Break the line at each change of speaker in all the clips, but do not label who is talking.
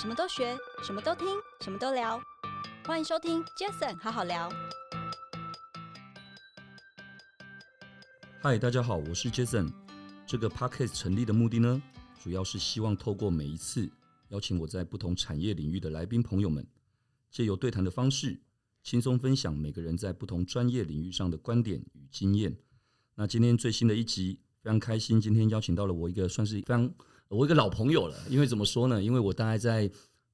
什么都学，什么都听，什么都聊。欢迎收听 Jason 好好聊。
嗨，大家好，我是 Jason。这个 podcast 成立的目的呢，主要是希望透过每一次邀请我在不同产业领域的来宾朋友们，借由对谈的方式，轻松分享每个人在不同专业领域上的观点与经验。那今天最新的一集，非常开心，今天邀请到了我一个算是非常我一个老朋友了，因为怎么说呢？因为我大概在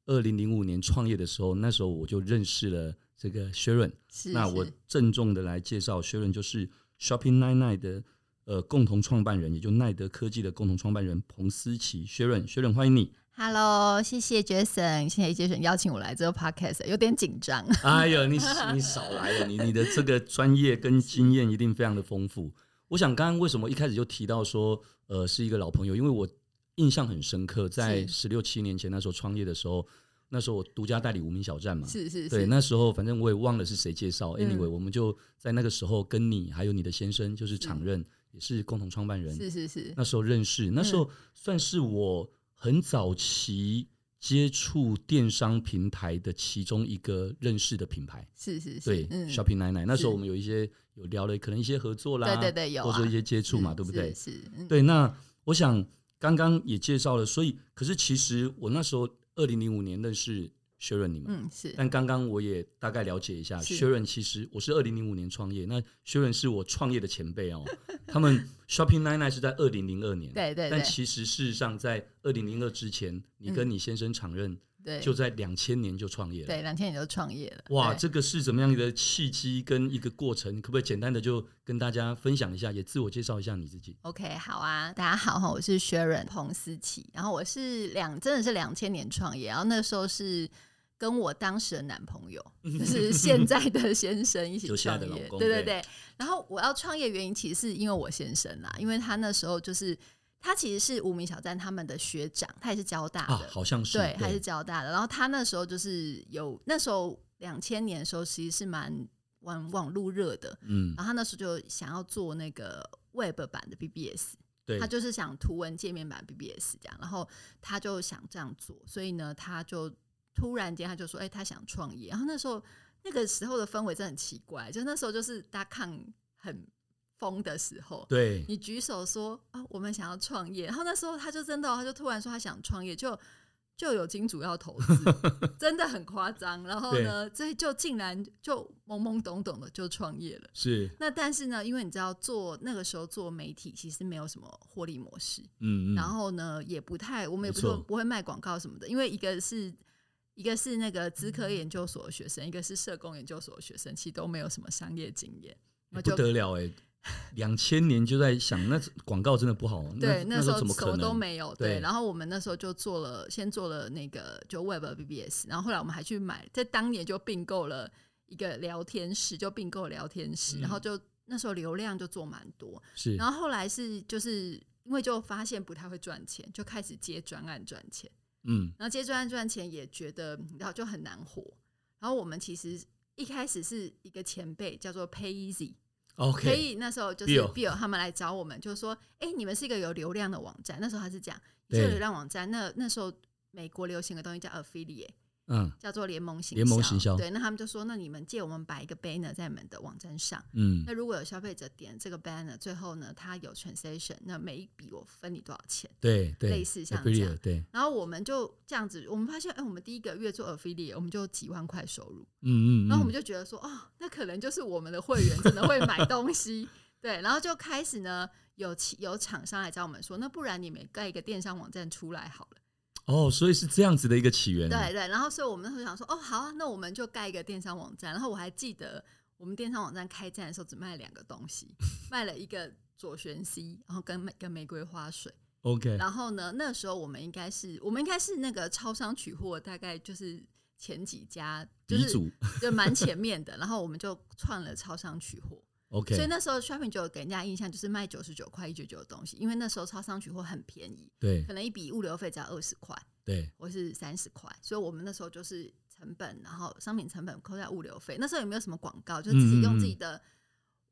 二零零五年创业的时候，那时候我就认识了这个 Sharon。
是
那我郑重的来介绍，Sharon 就是 Shopping Nine Nine 的呃共同创办人，也就奈德科技的共同创办人彭思琪。Sharon，Sharon 欢迎你。
Hello，谢谢 Jason，谢谢 Jason 邀请我来这个 Podcast，有点紧张。
哎呦，你你少来了，你你的这个专业跟经验一定非常的丰富。我想刚刚为什么一开始就提到说，呃，是一个老朋友，因为我印象很深刻，在十六七年前那时候创业的时候，那时候我独家代理无名小站嘛，
是是
对，
是，
那时候反正我也忘了是谁介绍。
嗯
Anyway，、我们就在那个时候跟你还有你的先生，就是常任，也是共同创办人，
嗯是嗯是是，
那时候认识。那时候算是我很早期接触电商平台的其中一个认识的品牌。
是是嗯是，
对、s h o p p i n g 奶奶，那时候
是
我们有一些有聊了，可能一些合作啦，
对对对有啊
或者一些接触嘛，
嗯
对不对？
是是，嗯
对，那我想刚刚也介绍了，所以可是其实我那时候二零零五年认识 Sharon 你们，
嗯是，
但刚刚我也大概了解一下，
是
薛润其实我是二零零五年创业，那薛润是我创业的前辈哦。 他们 Shopping Nine Nine 是在二零零二年，
对对
但
对嗯
其实事实上在二零零二之前，你跟你先生常任
对，
就在两千年就创业了。
对，两天你就创业了，
哇，
对
这个是怎么样的契机跟一个过程？可不可以简单的就跟大家分享一下，也自我介绍一下你自己？
OK，好啊，大家好哈，我是 Sharon 彭思琪，然后我是两真的是两千年创业，然后那时候是跟我当时的男 朋友，就是现在的先生一起
就现在
创
的老
业，
公
对对
对
对。然后我要创业原因其实是因为我先生啦，因为他那时候就是他其实是无名小站他们的学长，他也是交大
啊
的，，
好像是
对，他是交大的。然后他那时候就是有那时候两千年的时候，其实是蛮网网路热的，
嗯，
然后他那时候就想要做那个 Web 版的 BBS。
对
他，就是想图文界面版 BBS 这样，然后他就想这样做，所以呢，他就突然间他就说，哎、他想创业。然后那时候那个时候的氛围真的很奇怪，就那时候就是大抗很疯的时候，
对，
你举手说啊，我们想要创业。然后那时候他就真的哦、他就突然说他想创业，就就有金主要投资， 真的很夸张。然后呢，所以就竟然就懵懵懂懂的就创业了。
是，
那但是呢，因为你知道做那个时候做媒体其实没有什么获利模式，
嗯嗯，
然后呢也不太我们也
没
不
错
说不会卖广告什么的，因为一个是一个是那个资
嗯
科研究所的学生，一个是社工研究所的学生，其实都没有什么商业经验，那
不
就
得了哎、 两千年就在想，那广告真的不好。
对
那
时
怎
候
么
什
可
么都
能？
没有对
对
然后我们那时候就做了，先做了那个就 Web BBS，然后后来我们还去买，在当年就并购了一个聊天室，就并购聊天
嗯
室，然后就那时候流量就做蛮多，
是
然后后来是就是因为就发现不太会赚钱，就开始接专案赚钱，
嗯，
然后接专案赚钱也觉得然后就很难活。然后我们其实一开始是一个前辈叫做 Pay Easy，可
OK，
以那时候就是
Bill
Bill 他们来找我们，就说：“哎、你们是一个有流量的网站。”那时候他是讲
对
这个流量网站，那那时候美国流行的东西叫 affiliate，
嗯
叫做联盟行
联盟行销
对，那他们就说：“那你们借我们摆一个 banner 在你们的网站上。”
嗯
那，如果有消费者点这个 banner，最后呢，它有 transaction，那每一笔我分你多少钱？
对对，
类似像
Affiliate，
这样
对，
然后我们就这样子，我们发现，哎、我们第一个月做 affiliate，我们就有几万块收入，
嗯嗯，
然后我们
就
就觉得说，哦，那可能就是我们的会员真的会买东西， 对，然后就开始呢，有企有厂商来找我们说，那不然你们盖一个电商网站出来好了，
哦，所以是这样子的一个起源啊。
对对，然后所以我们那时候想说，哦，好啊，那我们就盖一个电商网站，然后我还记得我们电商网站开站的时候只卖两个东西，卖了一个左旋 C，然后跟玫跟玫瑰花水。
OK，
然后呢，那时候我们应该是，我们应该是那个超商取货，大概就是前几家，就
鼻
是
祖
就蛮前面的。然后我们就创了超商取货，
OK，
所以那时候 shopping 就有给人家印象就是卖九十九块一九九的东西，因为那时候超商取货很便宜，
对
可能一笔物流费只要二十块
对，
或是三十块，所以我们那时候就是成本，然后商品成本扣掉物流费。那时候也没有什么广告，就自
嗯嗯
己
嗯
用自己的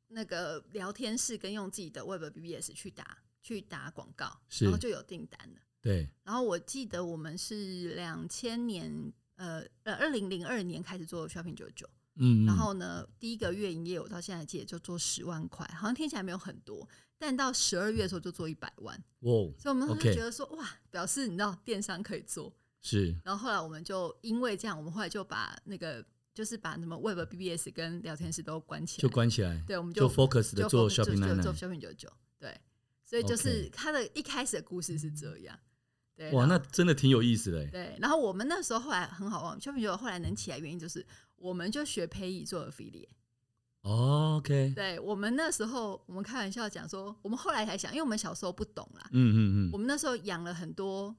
那个聊天室跟用自己的 web BBS 去打去打广告，
是
然后就有订单了。
对，
然后我记得我们是两千年，呃呃，二零零二年开始做 Shopping 九九，
嗯，
然
嗯
后呢，第一个月营业我到现在记得就做十万块，好像听起来没有很多，但到十二月的时候就做一百万，
哇哦，
所以我们当时
OK
就觉得说哇，表示你知道电商可以做。
是
然后后来我们就因为这样，我们后来就把那个就是把什么 Web BBS 跟聊天室都关起来，
就关起来，
对，我们
就
就
focus 的做
focus- 就
shopping 奶
就做
奶。
shopping 九九，对，所以就是
OK
它的一开始的故事是这样，对，
哇，
然后
那真的挺有意思的欸。
对，然后我们那时候后来很好忘，shopping 九九后来能起来原因就是我们就学培以做 affiliate。
哦 OK，
对我们那时候，我们开玩笑讲说，我们后来才想，因为我们小时候不懂啦，
嗯嗯
我
嗯，
们那时候养了很多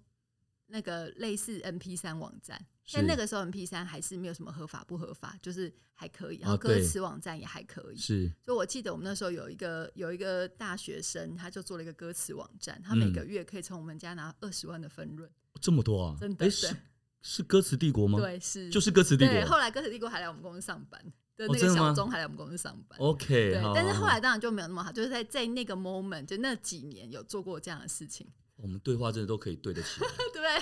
那个类似 MP 三网站，
是
但那个时候 MP 三还是没有什么合法不合法，就是还可以，然
啊
后歌
对
词网站也还可以。
是
所以我记得我们那时候有一个有一个大学生，他就做了一个歌词网站，他每
嗯
个月可以从我们家拿二十万的分润，
这么多啊？
真的
哎，
对
是是歌词帝国吗？，
对，是
哦就是歌词帝
对。后
国。
来歌词帝国还来我们公司上班，对，
哦
那
真
个
的
小
吗
钟还来我们公司上班。
OK，
对
好，
但是
好
后
好
来当然就没有那么好，就是在在那个 moment 就那几年有做过这样的事情，
我们对话真的都可以对得起来，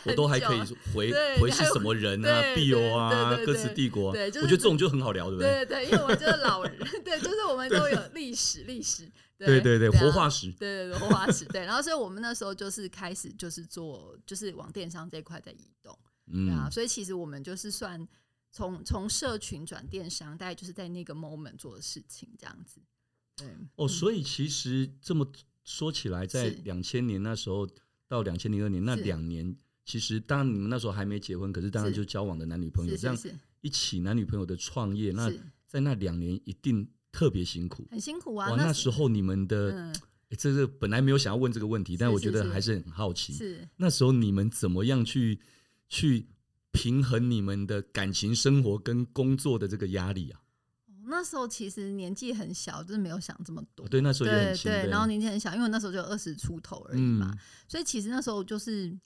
对，
我都还可以
很久
回
对
回是什么人啊，
对
必有啊
对，对对
歌词帝国啊，
对
我
就是
觉得这种就很好聊，对不对？
对对，因为我就是老人， 对，就是我们都有历史历史，
对对对，
啊
活化石，
对对对，活化石，对，然后所以我们那时候就是开始就是做就是往电商这一块在移动，对啊，
嗯，
所以其实我们就是算从从社群转电商，大概就是在那个 moment 做的事情这样子，对，嗯
哦，所以其实这么说起来，在
是
两千年那时候到两千零二年那
是
两年，其实当然你们那时候还没结婚，可是当然
是
就交往的男女朋友
是
这样
是是
一起男女朋友的创业，那
是
在那两年一定特别辛苦。
很辛苦啊
哇，，那时候你们的
嗯
诶这个本来没有想要问这个问题，但
是
我觉
是
得
是
还是很好奇，
是。
那时候你们怎么样去去平衡你们的感情生活跟工作的这个压力啊？
那时候其实年纪很小，就是没有想这么多。
对，那时候也很
对
轻
对，然后
你
年纪很小，因为我那时候就二十出头而已嘛，
嗯
所以其实那时候就是，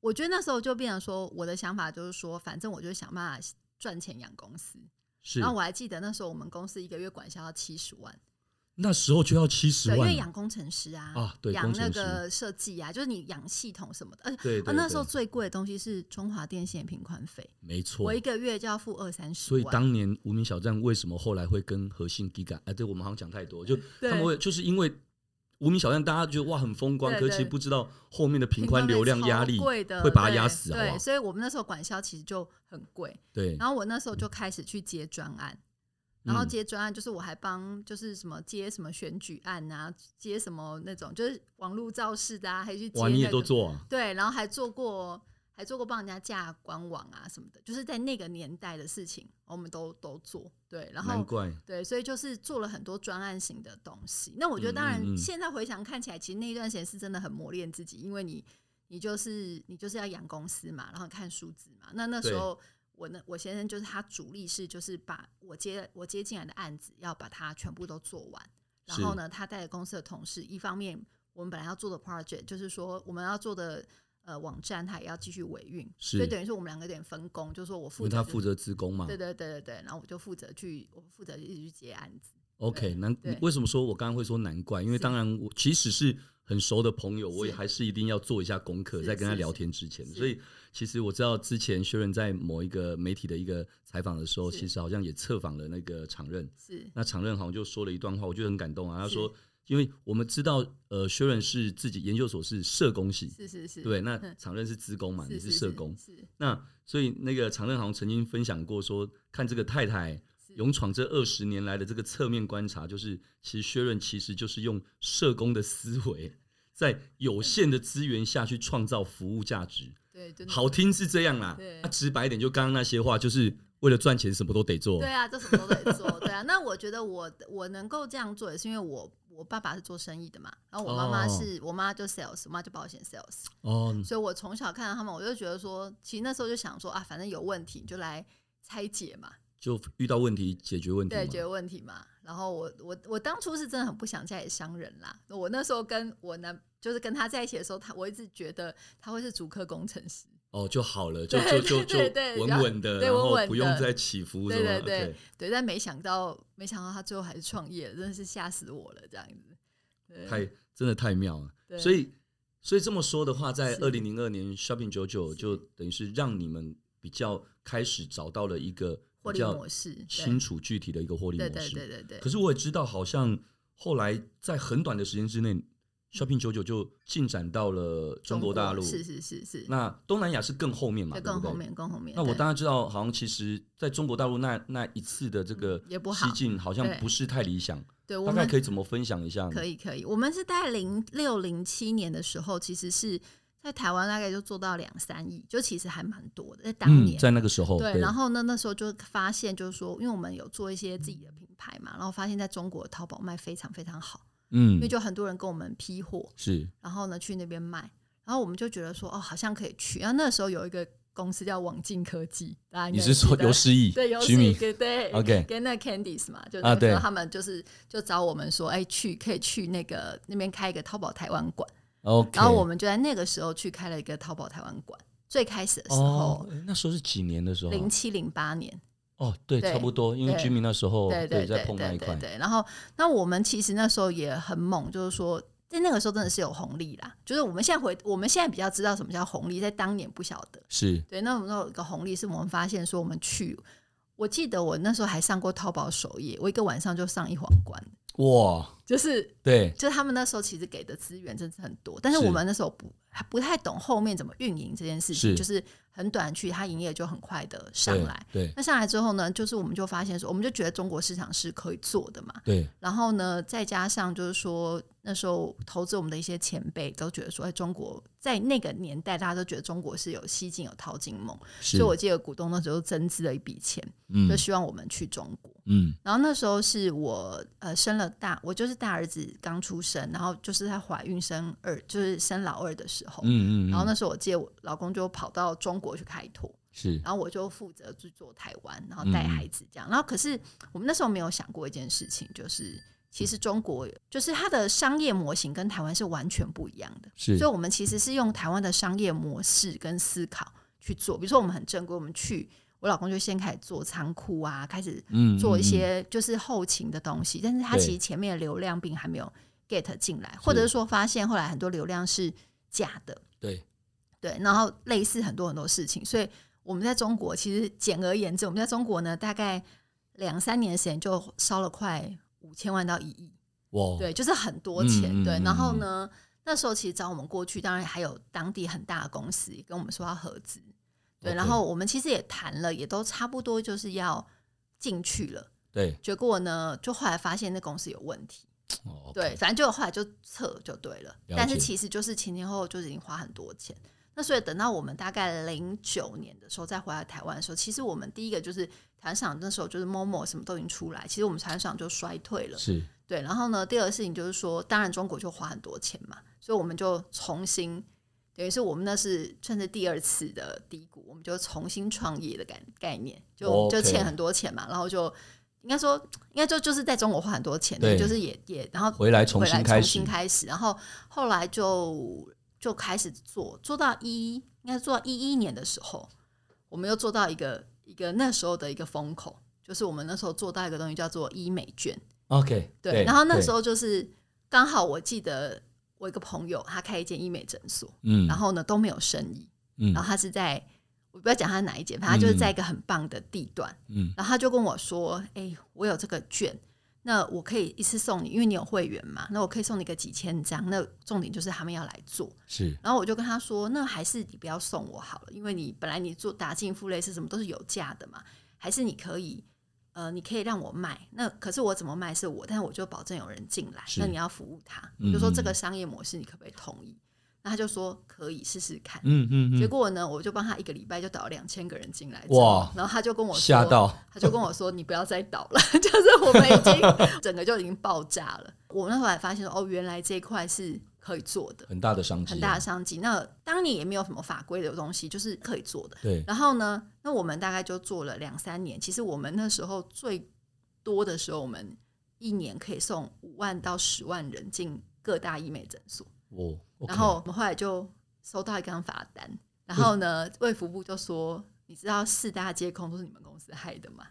我觉得那时候就变成说，我的想法就是说，反正我就是想办法赚钱养公司。
是
然后我还记得那时候我们公司一个月管销要七十万，
那时候就要七十
对，因
万
为
了
养工程师啊，
啊对
养
工
那
程
个设计啊，就是你养系统什么的。而且
对
啊
对，
那时候
对
最贵的东西是中华电信的频宽费，
没错
我。一个月就要付二三十
所
万。
以当年无名小站为什么后来会跟核心 Giga？哎，对我们好像讲太多，就
对
他们会就是因为无名小站，大家觉得哇很风光，
对
可是其实
对
不知道后面的频宽流量压力
超贵的
会把它压死，好
对
不好
对，？所以我们那时候管销其实就很贵。
对，
然后我那时候就开始去接专案，然后
嗯
接专案就是我还帮就是什么接什么选举案啊，接什么那种就是网络造势的啊，还去接、那
哇，你也
个
都做啊？
对，然后还做过还做过帮人家架官网啊什么的，就是在那个年代的事情，我们都都做。对，然
难
后
怪
对，所以就是做了很多专案型的东西。那我觉得，当然
嗯嗯嗯
现在回想看起来，其实那一段时间是真的很磨练自己，因为你你就是你就是要养公司嘛，然后看数字嘛。那那时
对
候我呢，我先生就是他主力是就是把我接我接进来的案子要把它全部都做完，然后
是
呢，他带着公司的同事，一方面我们本来要做的 project 就是说我们要做的。呃，网站他也要继续维运，所
是
以等于说我们两个有点分工，就是说我
因
负
为
责、
他负，责职工嘛，
对对对对对，然后我就负责去，我负责一直去接案子。
OK，
对
难
对
为什么说我刚刚会说难怪？因为
是
当然我即使是很熟的朋友，我也
是
还是一定要做一下功课，
是
在跟他
是
聊
是
天之前。
是
所以其实我知道之前薛仁在某一个媒体的一个采访的时候，
是
其实好像也测访了那个常任，
是
那常任好像就说了一段话，我觉得很感动啊。他
是
说，因为我们知道呃薛仁是自己研究所是社工系，
是是是，
对，那
嗯
常任是资工嘛，你是社工，
是
那所以那个常任好像曾经分享过说，看这个太太
是
勇闯这二十年来的这个侧面观察，就是其实薛润其实就是用社工的思维， 在有限的资源下去创造服务价值。
对，真的
好听是这样啦
对，
啊、直白一点，就刚刚那些话，就是为了赚钱什么都得做
对。啊，这什么都得做，对啊。那我觉得我我能够这样做，也是因为我我爸爸是做生意的嘛，然后我妈妈
哦
是、我妈就 sales，我妈就保险 sales，
哦，
所以我从小看到他们，我就觉得说，其实那时候就想说啊，反正有问题你就来拆解嘛，
就遇到问题解决问题嘛
对，解决问题嘛。然后我我我当初是真的很不想嫁给商人啦，我那时候跟我男就是跟他在一起的时候，他我一直觉得他会是主科工程师。
哦就好了，就就
对
就就
对对
稳稳的，
对
然
稳
后
稳
不用
的
再起伏什
对
么。
对对
OK
对，但没想到，没想到他最后还是创业了，真的是吓死我了，这样子。对
太真的太妙了。
对
所以所以这么说的话，在
是
二零零二年 Shopping 九九就等于是让你们比较开始找到了一个
获
比
利
较
模式，
清
对
楚具体的一个获利模
对
式。
对对对对
可。是我也知道，好像后来在很短的时间之内，Shopping
嗯
九九就进展到了中国大陆。
是是是是，
那东南亚是更后面嘛，
就
对不
更
对
后面更后面。
那我
对
当然知道，好像其实在中国大陆那那一次的这个
嗯也不好
西进，好像
对
不是太理想。
对我
大概
们
可以怎么分享一下呢？嗯
可以可以，我们是在零六零七年的时候，其实是在台湾大概就做到两三亿，就其实还蛮多的，在当
嗯，
年。
在那个时候，
对，然后呢？那时候就发现，就是说，因为我们有做一些自己的品牌嘛，然后发现在中国淘宝卖非常非常好，
嗯
因为，就很多人跟我们批货，
是
然后呢去那边卖，然后我们就觉得说，哦，好像可以去。然后那时候有一个公司叫网进科技，大家应
你
该
是说
记 得
有失忆，
对，有
徐敏
对对
OK
跟那 Candice 嘛，就
啊
那个
对
时候他们就是就找我们说，哎、去可以去那个那边开一个淘宝台湾馆，
，OK，
然后我们就在那个时候去开了一个淘宝台湾馆，最开始的时候
哦，，诶那时候是几年的时候啊？
零七零八年，
哦，对，
对
差不多，因为
对
居民那时候
对对
在
对
碰那
对
一
对
块，
对，然后那我们其实那时候也很猛，就是说。在那个时候真的是有红利啦，就是我们现在回，我们现在比较知道什么叫红利，在当年不晓得。
是
对，那我们有一个红利是我们发现说我们去，我记得我那时候还上过淘宝首页，我一个晚上就上一皇冠，
哇，
就是
对，
就是他们那时候其实给的资源真是很多，但是
是
我们那时候不还不太懂后面怎么运营这件事情，
是
就是很短去，它营业就很快的上来。
对
那上来之后呢，就是我们就发现说，我们就觉得中国市场是可以做的嘛。
对
然后呢，再加上就是说，那时候投资我们的一些前辈都觉得说，哎，中国在那个年代，大家都觉得中国是有西进有淘金梦，
对，是
所以我记得股东那时候增资了一笔钱，
嗯
就希望我们去中国。
嗯
然后那时候是我呃生了大，我就是大儿子刚出生，然后就是她怀孕生二，就是生老二的时候。
嗯嗯，
然后
嗯
那时候我记得我老公就跑到中国去开拓，
是
然后我就负责去做台湾，然后带
嗯
孩子这样。然后可是我们那时候没有想过一件事情，就是其实中国就是它的商业模型跟台湾是完全不一样的。
是
所以我们其实是用台湾的商业模式跟思考去做。比如说，我们很正规，我们去，我老公就先开始做仓库啊，开始
嗯
做
嗯
一
嗯
些就是后勤的东西，但是他
对
其实前面的流量并还没有 get 进来，或者是说发现后来很多流量是假的，
对
对，然后类似很多很多事情，所以我们在中国其实简而言之，我们在中国呢大概两三年的时间就烧了快五千万到一亿，
哇，
对，就是很多钱，
哦嗯嗯
对
嗯，
然后呢？那时候其实找我们过去，当然还有当地很大的公司也跟我们说要合资，对
OK
然后我们其实也谈了，也都差不多就是要进去了，
对
结果呢，就后来发现那公司有问题，
哦
对，
，OK，
反正就后来就撤就对了。
解
但是其实就是前前后后就是已经花很多钱。那所以等到我们大概零九年的时候再回来台湾的时候，其实我们第一个就是台湾市场那时候就是 Momo 什么都已经出来，其实我们台湾市场就衰退了。
是
对，然后呢，第二个事情就是说，当然中国就花很多钱嘛，所以我们就重新，等于是我们那是算是第二次的低谷，我们就重新创业的概概念，就我们就
哦 OK
欠很多钱嘛，然后就应该说，应该就就是在中国花很多钱，
对
就是也也然后
回来重
回来
新开
重
始
新，开始，然后后来就就开始做，做到一应该做到一一年的时候，我们又做到一个一个那时候的一个风口，就是我们那时候做到一个东西叫做医美券。
OK，
对，然后那时
候
候就是刚好我记得我一个朋友，他开一间医美诊所，
嗯，
然后呢都没有生意，
嗯
然后他是在我不要讲他哪一间，反正他就是在一个很棒的地段，
嗯
然后他就跟我说：“哎、我有这个券。”那我可以一次送你，因为你有会员嘛，那我可以送你个几千张。那重点就是他们要来做，
是
然后我就跟他说，那还是你不要送我好了，因为你本来你做打进付类是什么都是有价的嘛，还是你可以，呃，你可以让我卖。那可是我怎么卖是我，但是我就保证有人进来，
是
那你要服务他。
嗯
我就说这个商业模式你可不可以同意？那他就说可以试试看。
嗯嗯
结
嗯，
果呢，我就帮他一个礼拜就导两千个人进来，
哇
然后他就跟我说
嗯吓到
他就跟我说：“你不要再倒了， 就是我们已经整个就已经爆炸了。”我那时候还发现说：“哦，原来这一块是可以做的。”
很大的商机，啊
很大的商机。那当年也没有什么法规的东西，就是可以做的。
对
然后呢，那我们大概就做了两三年。其实我们那时候最多的时候，我们一年可以送五万到十万人进各大医美诊所。
哦，OK，
然后我们后来就收到一张罚单，然后呢，卫福部就说：“你知道四大皆空都是你们公司害的吗？”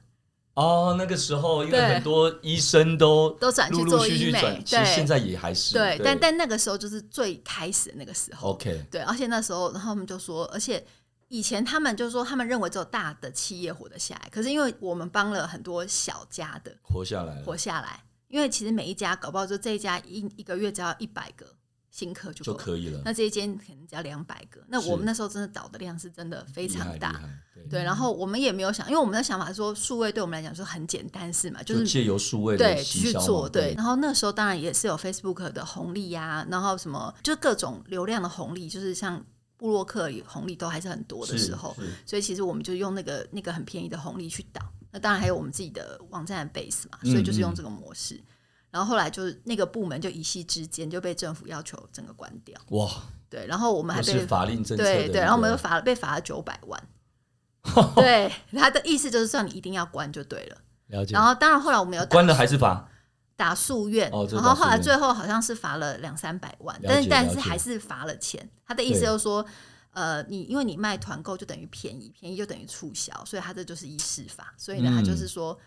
哦，那个时候因为
对
很多医生都
都转去
陆陆
做
续
医
续
美
转，其实
对
现在也还是
对，但但那个时候就是最开始的那个时候。
OK
对，而且那时候，然后我们就说，而且以前他们就说，他们认为只有大的企业活得下来，可是因为我们帮了很多小家的
活下来
活
了
下来，因为其实每一家搞不好就这一家一一个月只要一百个新客就
就
够了，
可以了，
那这一间可能只要两百个，那我
是
们那时候真的倒的量是真的非
厉害
常
厉
大。
害，对，
对，然后我们也没有想，因为我们的想法是说，数位对我们来讲是很简单事嘛，
就是借由数位的
对
行
去
销嘛
做对，，然后那时候当然也是有 Facebook 的红利呀、然后什么就各种流量的红利，就是像布洛克红利都还是很多的
是
时候，
是
所以其实我们就用那个那个很便宜的红利去导。那当然还有我们自己的网站的 base 嘛，
嗯
所以就是用
嗯
这个模式。然后后来就是那个部门就一夕之间就被政府要求整个关掉，
哇，
对，然后我们还
又
被
是法令政策的
对
一
对，然后我们
个
又罚了被罚了九百 万。对，他的意思就是说你一定要关就对了。
了解
然，后当然后来我们有打
关了还是罚，
打诉愿，
哦这
然
打
后
诉
后来
愿
最后好像是罚了两三百万，
了
但
解
是但
了
是
解
还是罚了钱。他的意思
对
就是说，呃，你因为你卖团购就等于便宜，便宜就等于促销，所以他这就是医师法。所以呢，他就是
嗯
说，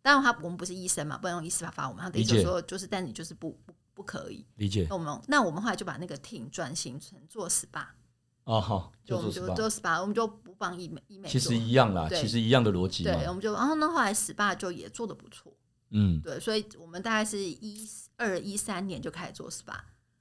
当然他我们不是医生嘛，不能用医师法罚我们。他的意
理
思就是
解
说，就是但你就是不不不可以。
理解
那我们那我们后来就把那个 team 转型成做 SPA，
哦，好，
就
就
我
做
们
SPA
就做 SPA，我们就不帮医美医美
其
做
实。一样啦，
对
其实一样的逻辑
对，我
嘛，
们就然后呢，后来 SPA 就也做的不错。
嗯，
对，所以我们大概是一二一三年就开始做 SPA，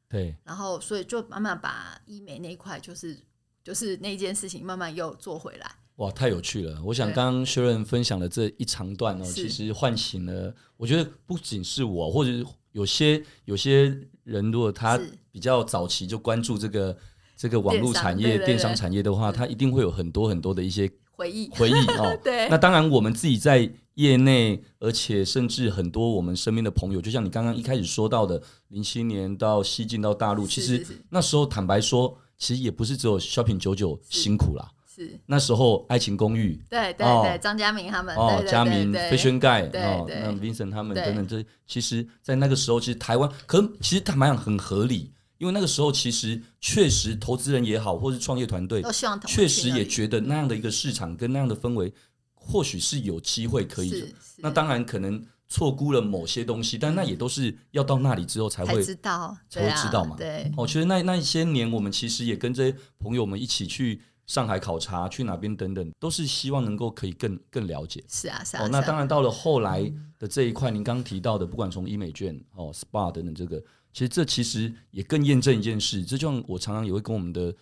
对，
然后所以就慢慢把医美那一块，就是就是那件事情慢慢又做回来。
哇，太有趣了！我想
对
刚刚薛仁分享的这一长段哦，
是
其实唤醒了，我觉得不仅是我，或者有些有些人，如果他
是
比较早期就关注这个这个网络
电商
产业、
对对嗯
电商
对
产业的话，他一定会有很多很多的一些
回忆，
回忆哦。
对
那当然，我们自己在业内，而且甚至很多我们身边的朋友，就像你刚刚一开始说到的，零七年到西进到大陆，
是
其
是
实
是
那时候坦白说，其实也不是只有 shopping 九九
是
辛苦啦。
是，
那时候《爱情公寓》
对对
哦
对，张嘉明他们，嗯对
哦，
对
嘉
对
明、
对
飞轩盖
对
哦，
对
那 Vincent 他们
对
等等，这其实，在那个时候，其实台湾可其实坦白讲很合理，因为那个时候其实确实投资人也好，或是创业团队
都，希望同
确
频
实
而
也
已
觉得那样的一个市场跟那样的氛围，或许是有机会可以
是
的。
是
那当然可能错估了某些东西，但那也都是要到那里之后才
才
会
知道，
才
对
会知
啊
道嘛
对，
哦，其实那那一些年，我们其实也跟这些朋友们一起去上海考察，去哪边等等，都是希望能够可以更更了解。
是啊是啊，
哦，那
是啊
当然到了后来的这一块，您刚提到的，不管从医美券、哦 SPA 等等，这个其实这其实也更验证一件事，这就像我常常也会跟我们的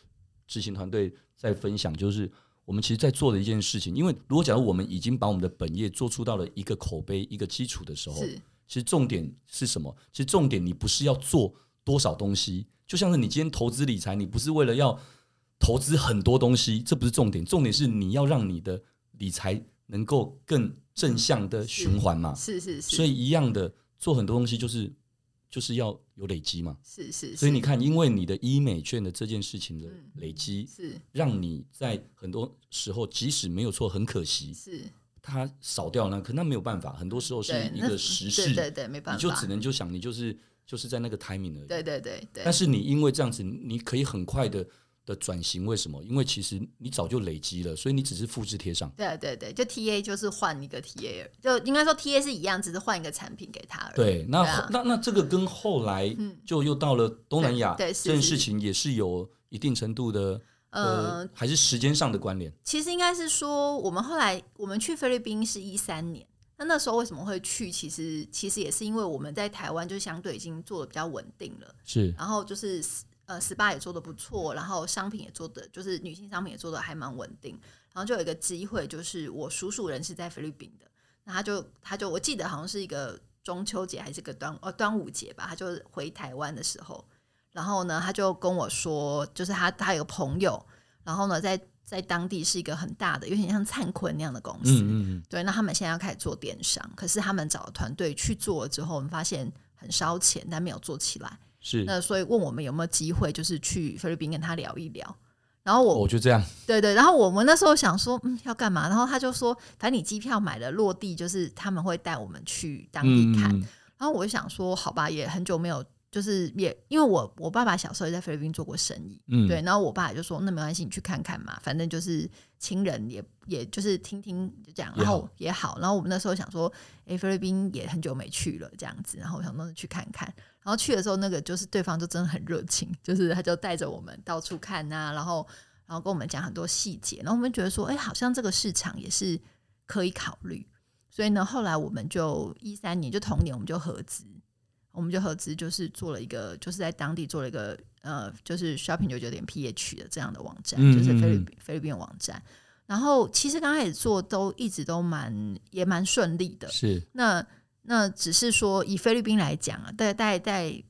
执行团队在分享，就是我们其实在做的一件事情，因为如果假如我们已经把我们的本业做出到了一个口碑、一个基础的时候，
是
其实重点是什么？其实重点你不是要做多少东西，就像是你今天投资理财，你不是为了要投资很多东西，这不是重点，重点是你要让你的理财能够更正向的循环嘛。
是是是，
所以一样的，做很多东西就是就是要有累积嘛。
是是，
所以
是
你看，因为你的医美券的这件事情的
嗯
累积，
是
让你在很多时候即使没有错，很可惜，
是
它少掉了那，可那没有办法，很多时候是
对
一
那
个时事，
对对对，没办
你
法，
就只能就想你就是就是在那个 timing 而已。
对对对对，
但是你因为这样子，你可以很快的的转型，为什么？因为其实你早就累积了，所以你只是复制贴上。
对对对，就 TA 就是换一个 TA，而就应该说 TA 是一样，只是换一个产品给他而已。
对，那
对啊
后那那这个跟后来
嗯
就又到了东南亚
对对是
这件事
是
情，也是有一定程度的呃
呃，，
还是时间上的关联。
其实应该是说，我们后来我们去菲律宾是一三年，那那时候为什么会去？其实其实也是因为我们在台湾就相对已经做的比较稳定了，
是
然后就是呃 SPA 也做的不错，然后商品也做的就是女性商品也做的还蛮稳定，然后就有一个机会，就是我叔叔人是在菲律宾的，那他就他就我记得好像是一个中秋节还是个端哦端午节吧，他就回台湾的时候，然后呢他就跟我说，就是他他有个朋友，然后呢在在当地是一个很大的，有点像灿坤那样的公司，
嗯嗯嗯，
对，那他们现在要开始做电商，可是他们找了团队去做了之后，我们发现很烧钱，但没有做起来。
是。
那所以问我们有没有机会，就是去菲律宾跟他聊一聊。然后我，
哦我就这样，
对对，然后我们那时候想说，嗯，要干嘛？然后他就说，反正你机票买了，落地就是他们会带我们去当地看。
嗯，
然后我就想说，好吧，也很久没有就是也因为我我爸爸小时候也在菲律宾做过生意，
嗯
对，然后我爸也就说那没关系，你去看看嘛，反正就是亲人也也就是听听就这样，
也
然
好
后也好，然后我们那时候想说，哎、菲律宾也很久没去了这样子，然后我想说去看看，然后去的时候那个就是对方就真的很热情，就是他就带着我们到处看啊，然后然后跟我们讲很多细节，然后我们觉得说，哎、好像这个市场也是可以考虑，所以呢，后来我们就一三年就同年我们就合资，我们就合资就是做了一个，就是在当地做了一个呃，就是 shopping 九九点 ph 的这样的网站，
嗯
就是菲律
嗯
宾菲律宾网站。然后其实刚开始做都一直都蛮也蛮顺利的，
是
那那只是说以菲律宾来讲啊，在在在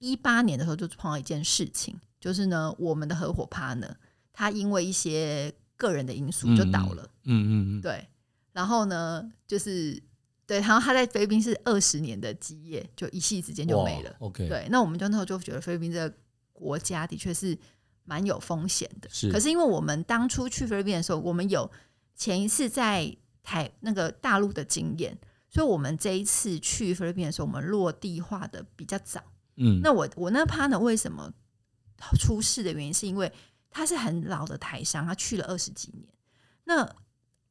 一八年的时候就碰到一件事情，就是呢，我们的合伙 partner 他因为一些个人的因素就倒了。，
嗯嗯嗯嗯，
对，然后呢，就是对，然后他在菲律宾是二十年的基业，就一夕之间就没
哇
了。
OK，，
对，那我们就那时候就觉得菲律宾这个国家的确是蛮有风险的。
是
可是因为我们当初去菲律宾的时候，我们有前一次在台那个大陆的经验，所以我们这一次去菲律宾的时候，我们落地化的比较早。
嗯，
那我我那 partner 为什么出事的原因，是因为他是很老的台商，他去了二十几年。那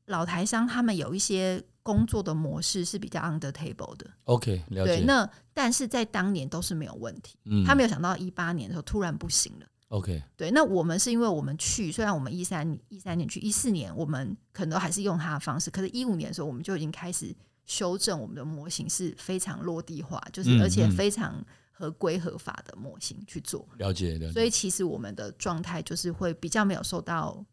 老台商他们有一些工作的模式是比较 under table 的，
OK 了解
对。，那但是在当年都是没有问题，
嗯
他没有想到一八年的时候突然不行了。
OK，
对，那我们是因为我们去，虽然我们一三一三年去，一四年我们可能都还是用他的方式，可是一五年的时候我们就已经开始修正我们的模型，是非常落地化，就是
嗯
而且
嗯
非常合规合法的模型去做。
了解了解，
所以其实我们的状态就是会比较没有受到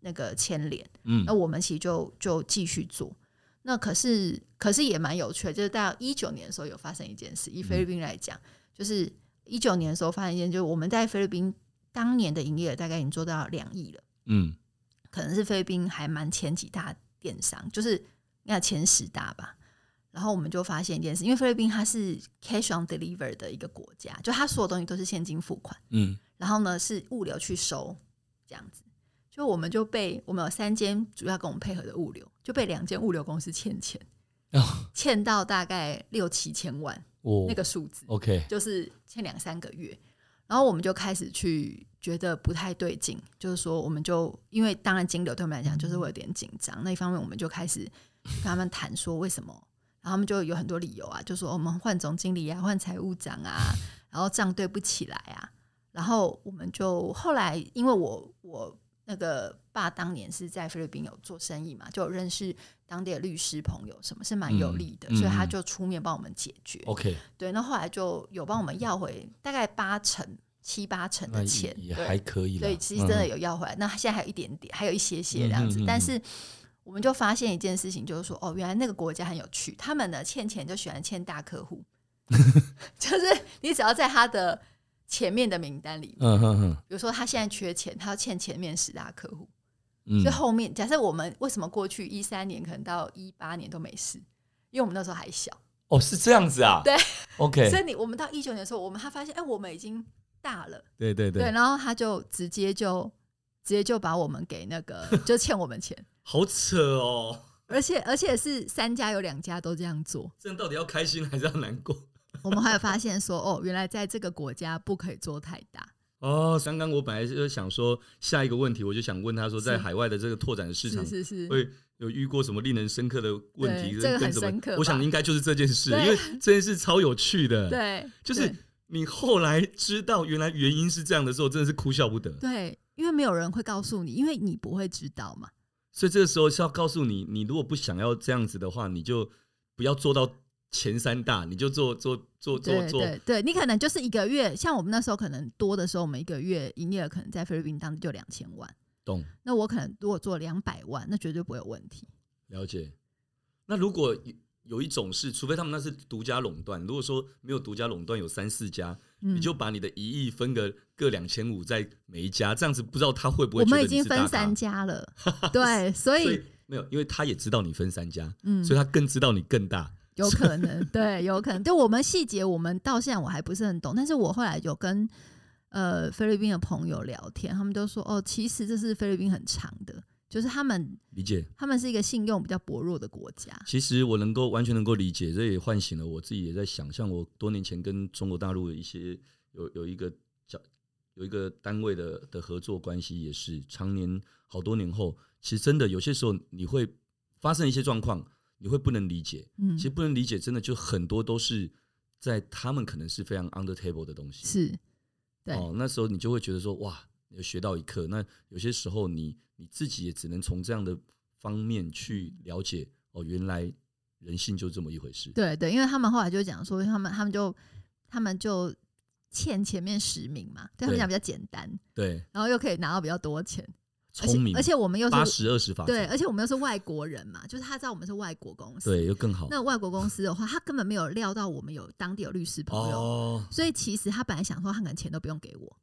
那个牵连，
嗯
那我们其实就就继续做。那可是可是也蛮有趣的，就是到一九年的时候有发生一件事，以菲律宾来讲，就是一九年的时候发生一件，就是我们在菲律宾当年的营业额大概已经做到两亿了，
嗯
可能是菲律宾还蛮前几大电商，就是那前十大吧。然后我们就发现一件事，因为菲律宾它是 cash on deliver 的一个国家，就它所有东西都是现金付款。
嗯
然后呢是物流去收，这样子。就我们就被我们有三间主要跟我们配合的物流，就被两间物流公司欠钱，
哦
欠到大概六七千万
我
那个数字，
哦 OK
就是欠两三个月。然后我们就开始去觉得不太对劲，就是说我们就因为当然金流对我们来讲就是会有点紧张，那一方面我们就开始跟他们谈说为什么，然后他们就有很多理由啊，就说我们换总经理啊，换财务长啊，然后账对不起来啊，然后我们就后来，因为我我那个爸当年是在菲律宾有做生意嘛，就有认识当地的律师朋友，什么是蛮有
嗯
利的，
嗯
所以他
嗯哦
就出面帮我们解决。
OK，
对，那后来就有帮我们要回大概八成、七八成
那
的
也
钱，
也
对
还可以啦，嗯
对，其实真的
有
有要回来。那现在还有一点点，还有一些些这样
嗯嗯
子。
嗯嗯
但是我们就发现一件事情，就是说，哦，原来那个国家很有趣，他们呢欠钱就喜欢欠大客 户，就是你只要在他的前面的名单里面，
嗯哼哼
比如说他现在缺钱，他要欠前面十大客户，
嗯
所以后面假设我们为什么过去一三年可能到一八年都没事，因为我们那时候还小。
哦是这样子啊，
对
，OK，
所以你我们到一九年的时候，我们他发现，哎、我们已经大了，
对对
对，，然后他就直接就直接就把我们给那 个就欠我们钱，
好扯哦，
而且而且是三家有两家都这样做。
这样到底要开心还是要难过？
我们后来发现说，哦，原来在这个国家不可以做太大，
哦，刚刚我本来就想说下一个问题，我就想问他说，在
是
海外的这个拓展市场
是，是是，
会有遇过什么令人深刻的问题？
对这个
跟
很
什么
深刻吧
我想应该就是这件事，
对
因为这件事超有趣的。，
对，
就是
对
你后来知道原来原因是这样的时候，真的是哭笑不得。
对，因为没有人会告诉你，因为你不会知道嘛。
所以这个时候是要告诉你，你如果不想要这样子的话，你就不要做到前三大，你就做做做做
对
做。
对对，你可能就是一个月，像我们那时候可能多的时候，我们一个月营业额可能在菲律宾当地就两千万，
懂，
那我可能如果做两百万，那绝对不会有问题。
了解。那如果有有一种是，除非他们那是独家垄断，如果说没有独家垄断，有三四家，
嗯
你就把你的一亿分个各两千五在每一家，这样子不知道他会不会
我
觉得
们已
你
经
是大
分
咖
三家 了，对，所
所
以
以没有，因为他也知道你分三家，
嗯
所，以他更知道你更大。
有可能，对，有可能。就我们细节，我们到现在我还不是很懂，但是我后来有跟呃菲律宾的朋友聊天，他们都说，哦，其实这是菲律宾很长的，就是他们
理解。
他们是一个信用比较薄弱的国家。
其实我能够完全能够理解，这也唤醒了我自己，也在想象我多年前跟中国大陆的一些有有一个叫有一个单位的的合作关系，也是常年好多年后，其实真的有些时候你会发生一些状况，你会不能理解，
嗯
其，实不能理解，真的就很多都是在他们可能是非常 under table 的东西，
是，对，
哦，那时候你就会觉得说，哇，有学到一课。那有些时候你你自己也只能从这样的方面去了解，哦，原来人性就这么一回事。
对对，因为他们后来就讲说，他们他们就他们就欠前面十名嘛，对他们
对
讲比较简单，
对，
然后又可以拿到比较多钱，而且
聪明，
而且我们又
八
是
十二十法
对，
则，
而且我们又是外国人嘛，就是他知道我们是外国公司，
对，又更好。
那外国公司的话，他根本没有料到我们有当地有律师朋友。
哦，
所以其实他本来想说，他可能钱都不用给我。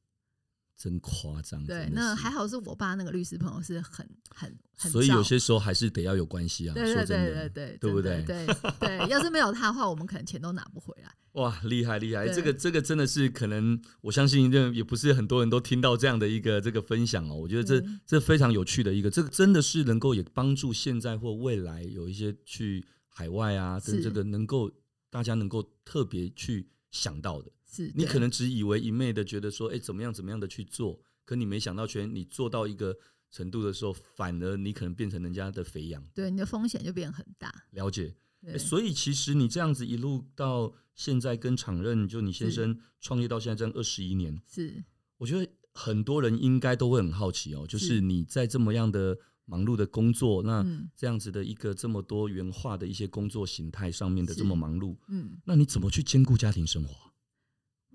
真夸张。
对，
嗯真的
那
是
还。好是我爸那个律师朋友是很很很照。
所以有些时候还是得要有关系啊。
对
说
对
真
对对
的，
对，
对不
真的对 对，要是没有他的话，我们可能钱都拿不回来。
哇，厉害厉害！
对
这个这个真的是可能，我相信这也不是很多人都听到这样的一个这个分享哦。我觉得这、
嗯
这非常有趣的一个，这个真的是能够也帮助现在或未来有一些去海外啊，跟
是
这个能够大家能够特别去想到的。
是
你
对
可能只以为一昧的觉得说，哎，怎么样怎么样的去做，可你没想到，全你做到一个程度的时候，反而你可能变成人家的肥羊。
对你的风险就变很大。
了解。欸
对，
所以其实你这样子一路到现在跟常任，就你先生创业到现在这样二十一年，
是
我觉得很多人应该都会很好奇哦，就是
是
你在这么样的忙碌的工作，那
嗯
这样子的一个这么多元化的一些工作形态上面的
是
这么忙碌，
嗯，
那你怎么去兼顾家庭生活啊？
我啊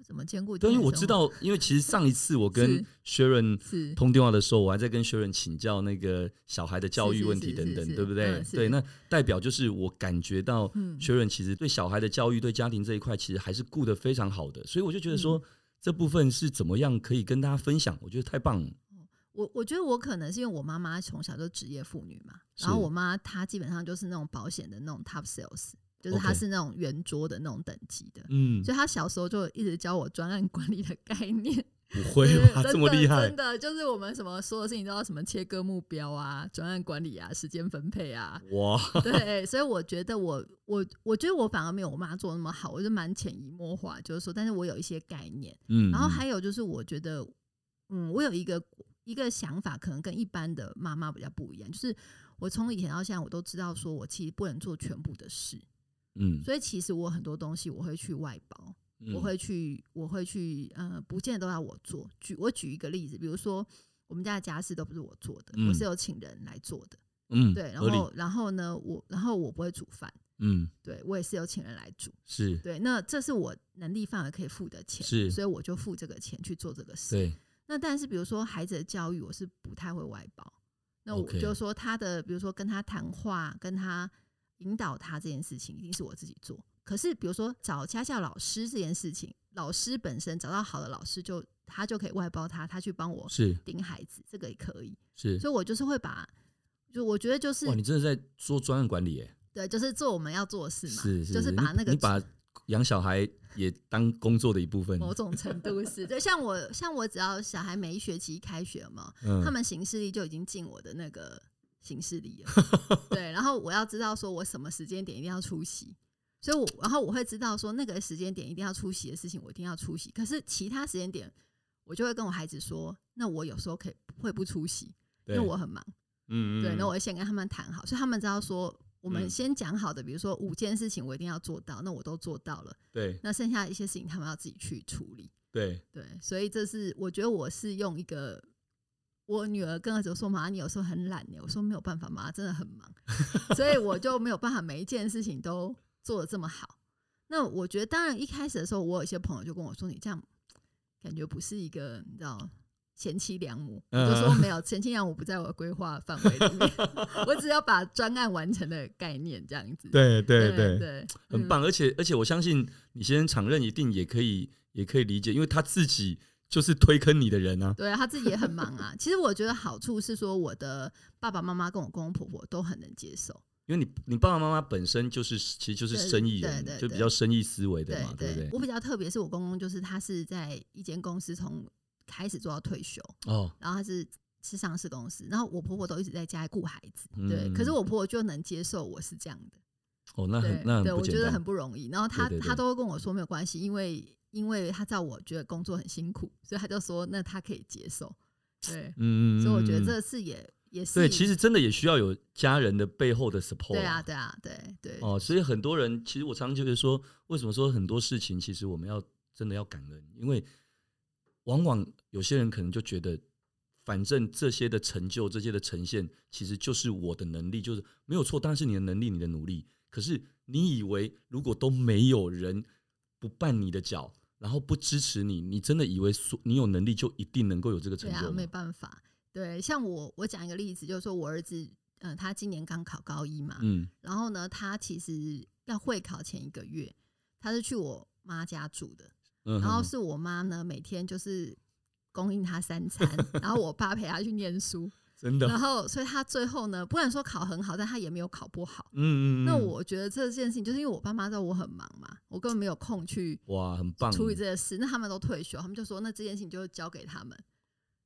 怎么兼顾？
对，因为我知道，因为其实上一次我跟
是
Sharon
是
通电话的时候，我还在跟学人请教那个小孩的教育问题
是是是
等等，
是是
对不对
嗯？是
对，那代表就是我感觉到
嗯
学人其实对小孩的教育、对家庭这一块，其实还是顾得非常好的，所以我就觉得
嗯
说。这部分是怎么样可以跟大家分享？我觉得太棒了，
我我觉得我可能是因为我妈妈从小就职业妇女嘛，
是
然后我妈她基本上就是那种保险的那种 top sales，就是她
OK
是那种圆桌的那种等级的，
嗯，
所以她小时候就一直教我专案管理的概 念。
不会
对
吧？
真
这么
的
厉害
真，的就是我们什么所有事情都要什么切割目标啊、专案管理啊、时间分 配啊，
哇，
对，所以我觉得我我我觉得我反而没有我妈做得那么好，我就蛮潜移默化，就是说，但是我有一些概念，
嗯，
然后还有就是我觉得，嗯，我有一个一个想法，可能跟一般的妈妈比较不一样，就是我从以前到现在，我都知道说我其实不能做全部的事，
嗯，
所以其实我很多东西我会去外包，
嗯
我会去，我会去，呃，不见得都要我做。举我举一个例子，比如说我们家的家事都不是我做的，
嗯
我是有请人来做的。
嗯
对，然
合理
后然后呢，我然后我不会煮饭，
嗯
对我也是有请人来煮。
是
对，那这是我能力范围可以付的钱，
是
所以我就付这个钱去做这个事。
对
那但是比如说孩子的教育，我是不太会外包。那我
OK
就说他的，比如说跟他谈话，跟他引导他这件事情，一定是我自己做。可是比如说找家教老师这件事情，老师本身找到好的老师就，他就可以外包他，他去帮我
是
盯孩子，这个也可以。
是
所以我就是会把，就我觉得就是
哇，你真的在做专案管理耶？
对，就是做我们要做的事嘛，
是是，
就是把
你
那个
你把养小孩也当工作的一部分，
某种程度是，对，像我像我只要小孩每一学期一开学嘛，
嗯
他们行事历就已经进我的那个行事历 了。对，然后我要知道说我什么时间点一定要出席，所以我然后我会知道说那个时间点一定要出席的事情，我一定要出席。可是其他时间点，我就会跟我孩子说，那我有时候可以会不出席，因
对
为我很忙。
嗯嗯
对，
嗯
那我会先跟他们谈好，所以他们知道说。我
嗯
们先讲好的，比如说五件事情我一定要做到，那我都做到了，
对
那剩下一些事情他们要自己去处理。
对
对，所以这是我觉得我是用一个，我女儿跟儿子说：“妈，你有时候很懒耶。”我说：“没有办法，妈真的很 忙，所以我就没有办法每一件事情都做的这么好。”那我觉得，当然一开始的时候，我有一些朋友就跟我说：“你这样感觉不是一个，你知道。”贤妻良母，我就说
嗯
没有，贤妻良母不在我的规划范围里面， 我只要把专案完成的概念这样子。
对
对对，嗯
很棒。而且而且，我相信你先生常任一定也可以也可以理解，因为他自己就是推坑你的人啊。
对他自己也很忙啊。其实我觉得好处是说，我的爸爸妈妈跟我公公婆婆都很能接受。
因为你你爸爸妈妈本身就是其实就是
对
生意人，
对
就
对
比较生意思维的
对
嘛，对不对？
我比较特别是我公公，就是他是在一间公司从开始做到退休，
哦，
然后他是是上市公司，然后我婆婆都一直在家里顾孩子，对，
嗯
可是我婆婆就能接受我是这样的，
哦，那
对
很那很
对，我
不
觉
简
得很
单，
不容易。然后她
对对
她
对
都会跟我说没有关系，因为因为她知道我觉得工作很辛苦，所以她就说那她可以接受，对，
嗯
所以我觉得
嗯
这次也也是
对，其实哦真的也需要有家人的背后的 support，
对啊，对啊，对对，
哦，所以很多人其实我常常就是说，为什么说很多事情其实我们要真的要感恩，因为往往有些人可能就觉得，反正这些的成就、这些的呈现，其实就是我的能力，就是没有错，当然是你的能力、你的努力。可是你以为如果都没有人不绊你的脚，然后不支持你，你真的以为所你有能力就一定能够有这个成
对啊，
就
没
吗？
办法。对，像我，我讲一个例子，就是说我儿子，呃，他今年刚考高一嘛，
嗯
然后呢，他其实要会考前一个月，他是去我妈家住的，
嗯，
然后
哼
是我妈呢每天就是供应他三餐，然后我爸陪他去念 书，
真的，嗯
然后所以他最后呢，不敢说考很好，但他也没有考不好。
嗯嗯，
那
嗯
我觉得这件事情，就是因为我爸妈知道我很忙嘛，我根本没有空去
哇，很棒，
处理这些事。那他们都退休，他们就说那这件事情就交给他们。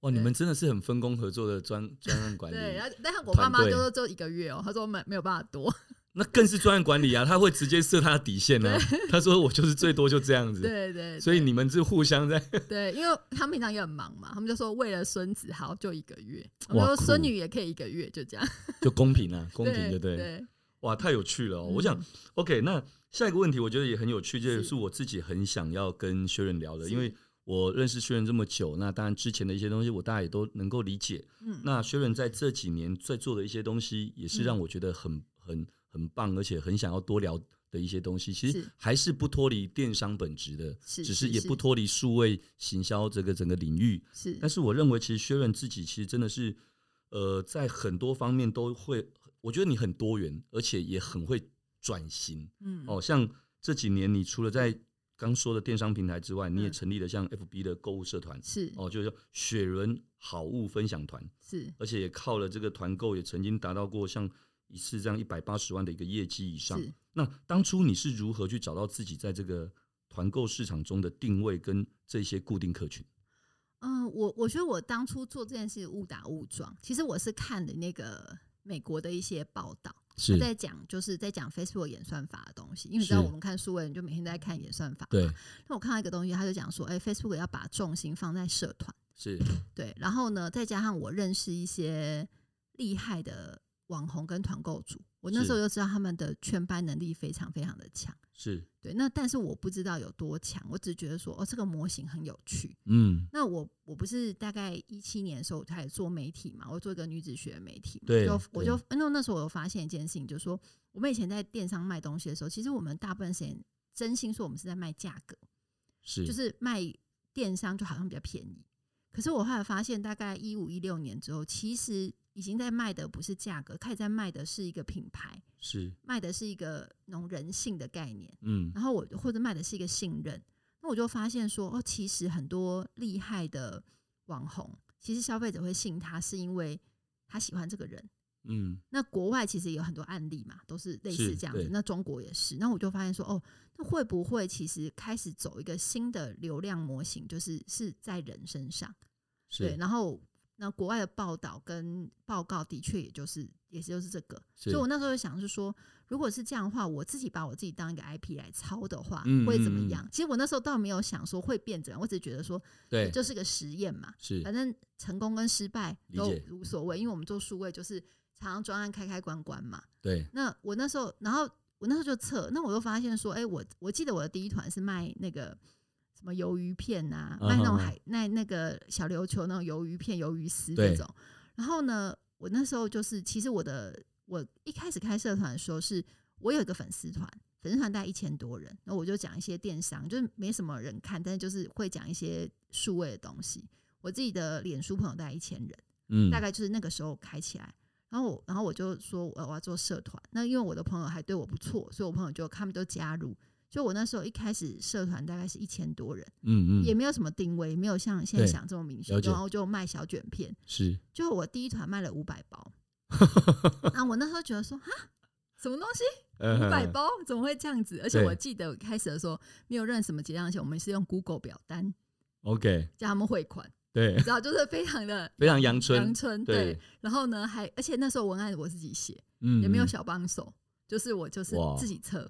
哇，你
对
们真的是很分工合作的专专案管理，
对，然后但是我爸
团
妈就
队
说就一个月哦，他说没没有办法多，
那更是专案管理啊，他会直接设他的底线啊。 他说我就是最多就这样子，
对对，
所以
对
你们是互相 在
对，因为他们平常也很忙嘛，他们就说为了孙子好就一个月，我
哇
们说
酷
孙女也可以一个月，就这样，
就公平啊，公平
对
的对。
对，
哇，太有趣了、哦！
嗯
我想，OK，那下一个问题我觉得也很有趣，这也
是
是我自己很想要跟薛仁聊的，
是
因为我认识薛仁这么久，那当然之前的一些东西我大家也都能够理解。
嗯
那薛仁在这几年在做的一些东西，也是
嗯
让我觉得很很很棒，而且很想要多聊的一些东西，其实
是
还是不脱离电商本质的，
是
只
是
是也
是
不脱离数位行销这个整个领域。
是
但是我认为，其实薛润自己其实真的是，呃，在很多方面都会，我觉得你很多元，而且也很会转型。
嗯
哦，像这几年，你除了在刚说的电商平台之外，你也
嗯
成立了像 FB 的购物社团，
是
哦，就是叫雪人好物分享团，
是
而且也靠了这个团购，也曾经达到过像一次这样一百八十万的一个业绩以上
是。
那当初你是如何去找到自己在这个团购市场中的定位跟这些固定客群？
嗯，我我觉得我当初做这件事误打误撞，其实我是看的那个美国的一些报道。
是
他在讲，就是在讲 Facebook 演算法的东西，因为你知道
是
我们看数位，你就每天都在看演算法。。那我看到一个东西，他就讲说，哎、f a c e b o o k 要把重心放在社团。
是，
对，然后呢，再加上我认识一些厉害的网红跟团购主，我那时候
是
就知道他们的圈班能力非常非常的强。
是，
对，那但是我不知道有多强，我只觉得说哦，这个模型很有趣。
嗯，
那我我不是大概一七年的时候我开始做媒体嘛，我做一个女子学媒体嘛，
对
就我就
对
那那时候我有发现一件事情，就是说我们以前在电商卖东西的时候，其实我们大部分时间真心说我们是在卖价格，
是，
就是卖电商就好像比较便宜。可是我后来发现，大概一五一六年之后，其实已经在卖的不是价格，开始在卖的是一个品牌，
是，
卖的是一个那种人性的概念，
嗯，
然后我或者卖的是一个信任。那我就发现说，哦，其实很多厉害的网红，其实消费者会信他，是因为他喜欢这个人。
嗯，
那国外其实也有很多案例嘛，都是类似
是
这样子
对。
那中国也是。那我就发现说，哦，那会不会其实开始走一个新的流量模型，就是是在人身上？对，
是，
然后那国外的报道跟报告的确也就是也就是这个。
是
所以我那时候就想是说，如果是这样的话，我自己把我自己当一个 IP 来抄的话，
嗯
会怎么
嗯嗯
样？其实我那时候倒没有想说会变怎样，我只是觉得说，
对，
就是个实验嘛。
是，
反正成功跟失败都
理解
无所谓，因为我们做数位就是常常专案开开关关嘛。
对，
那我那时候，然后我那时候就测，那我又发现说，哎、我我记得我的第一团是卖那个什么鱿鱼片啊，
嗯
卖那
嗯
种
嗯
海那那个小琉球那种鱿鱼片、鱿鱼丝
对
那种。然后呢，我那时候就是，其实我的我一开始开社团的时候是，我有一个粉丝团。粉丝团大概一千多人，那我就讲一些电商，就是没什么人看，但是就是会讲一些数位的东西。我自己的脸书朋友大概一千人。
嗯，
大概就是那个时候开起来。然后我，然后我就说我我要做社团。那因为我的朋友还对我不错，所以我朋友就他们都加入。所以我那时候一开始社团大概是一千多人，
嗯
也
嗯，
没有什么定位，没有像现在
对
想这么明确
了。解
然后就卖小卷片，
是，
就我第一团卖了五百 包。那我那时候觉得说哈，什么东西五百包怎么会这样子？而且
嗯对
我记得我开始的时候没有认什么结账钱，我们是用 Google 表单
OK，
叫他们汇款。
对
你，知道，就是非常的
非常阳春
阳，春
对
对。然后呢，还而且那时候文案我自己写，
嗯
也没有小帮手，就是我就是
哇
自己测。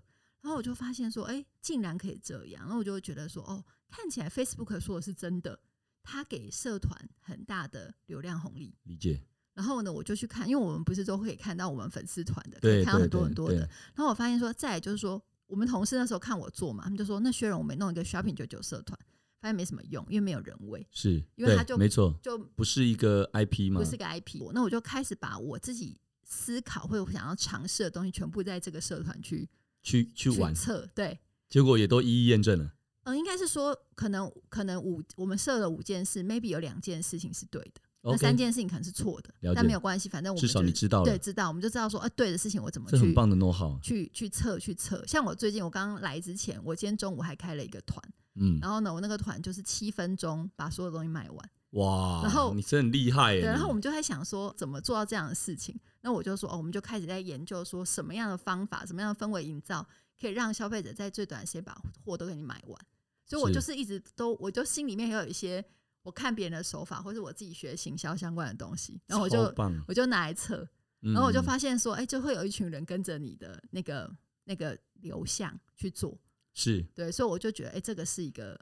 然后我就发现说，哎、竟然可以这样，然后我就会觉得说，哦，看起来 Facebook 说的是真的，它给社团很大的流量红利。
理解，
然后呢，我就去看，因为我们不是都会看到我们粉丝团的，可以
对，
看到
对
很多
对
很多
对
的。然后我发现说，再来就是说，我们同事那时候看我做嘛，他们就说，那薛仁我们弄一个 shopping 九九社团，发现没什么用，因为没有人味，
是，
因为
对
它就
没错，
就
不是一个 IP 嘛，
不是个 IP。那我就开始把我自己思考会想要尝试的东西，全部在这个社团去
去去玩，
测。对，
结果也都一一验证了，
嗯，应该是说，可能可能五我们设了五件事，maybe 有两件事情是对的那
OK，
三件事情可能是错的
了，
但没
解
有关系，反正我们
至少
就
你知道
对
了，
知道，我们就知道说，啊，对的事情我怎么
这很
去
棒的 know how，
去去测去测。像我最近，我刚刚来之前，我今天中午还开了一个团，
嗯，
然后呢，我那个团就是七分钟把所有东西卖完。
哇，
然后
你真的很厉害耶，
对，然后我
你
们就在想说怎么做到这样的事情。那我就说，哦，我们就开始在研究说什么样的方法、什么样的氛围营造，可以让消费者在最短的时间把货都给你买完。所以我
是
就是一直都，我就心里面也有一些我看别人的手法，或者我自己学行销相关的东西，然后我
超
就
棒，嗯
我就拿来测，
然
然后我就发现说，哎、就会有一群人跟着你的那个那个流向去做。
是。
对，所以我就觉得，哎、这个是一个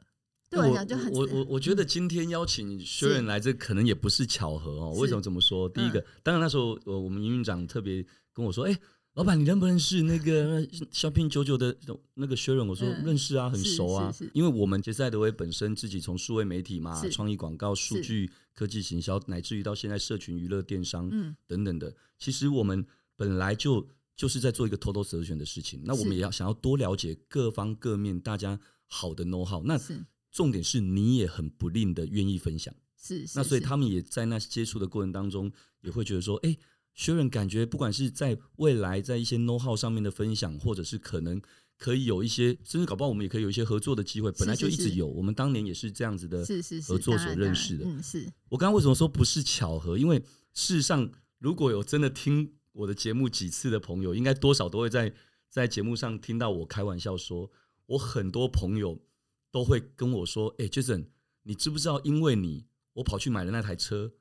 对
那
我来讲就很
我我我觉得
嗯
今天邀请薛仁来，这可能也不是巧合哦。
是嗯
为什么这么说？第一个，当然那时候呃，我们营运长特别跟我说：“哎、老板，你认不认识那个 shopping 九九的那个薛仁？”我说：“
嗯
认识啊，很
是
熟啊
是是。”
因为我们杰赛德威本身自己从数位媒体嘛、
是
创意广告、数
是
据科技行销，乃至于到现在社群娱乐电商
嗯
等等的，其实我们本来就就是在做一个 total solution 的事情。那我们
是
也要想要多了解各方各面大家好的 know how。那
是
重点是你也很不吝的愿意分享，
是是，
那所以
是
他们也在那接触的过程当中，也会觉得说，哎、学人感觉不管是在未来在一些 know how 上面的分享，或者是可能可以有一些，甚至搞不好我们也可以有一些合作的机会，
是
本来就一直
是
有，我们当年也是这样子的。
是是是
合作
当
所
然当
认
然
识的
嗯是
我刚刚为什么说不是巧合？因为事实上，如果有真的听我的节目几次的朋友，应该多少都会在在节目上听到我开玩笑说，我很多朋友都会跟我说：“哎、j a s o n 你知不知道？因为你，我跑去买了那台车。”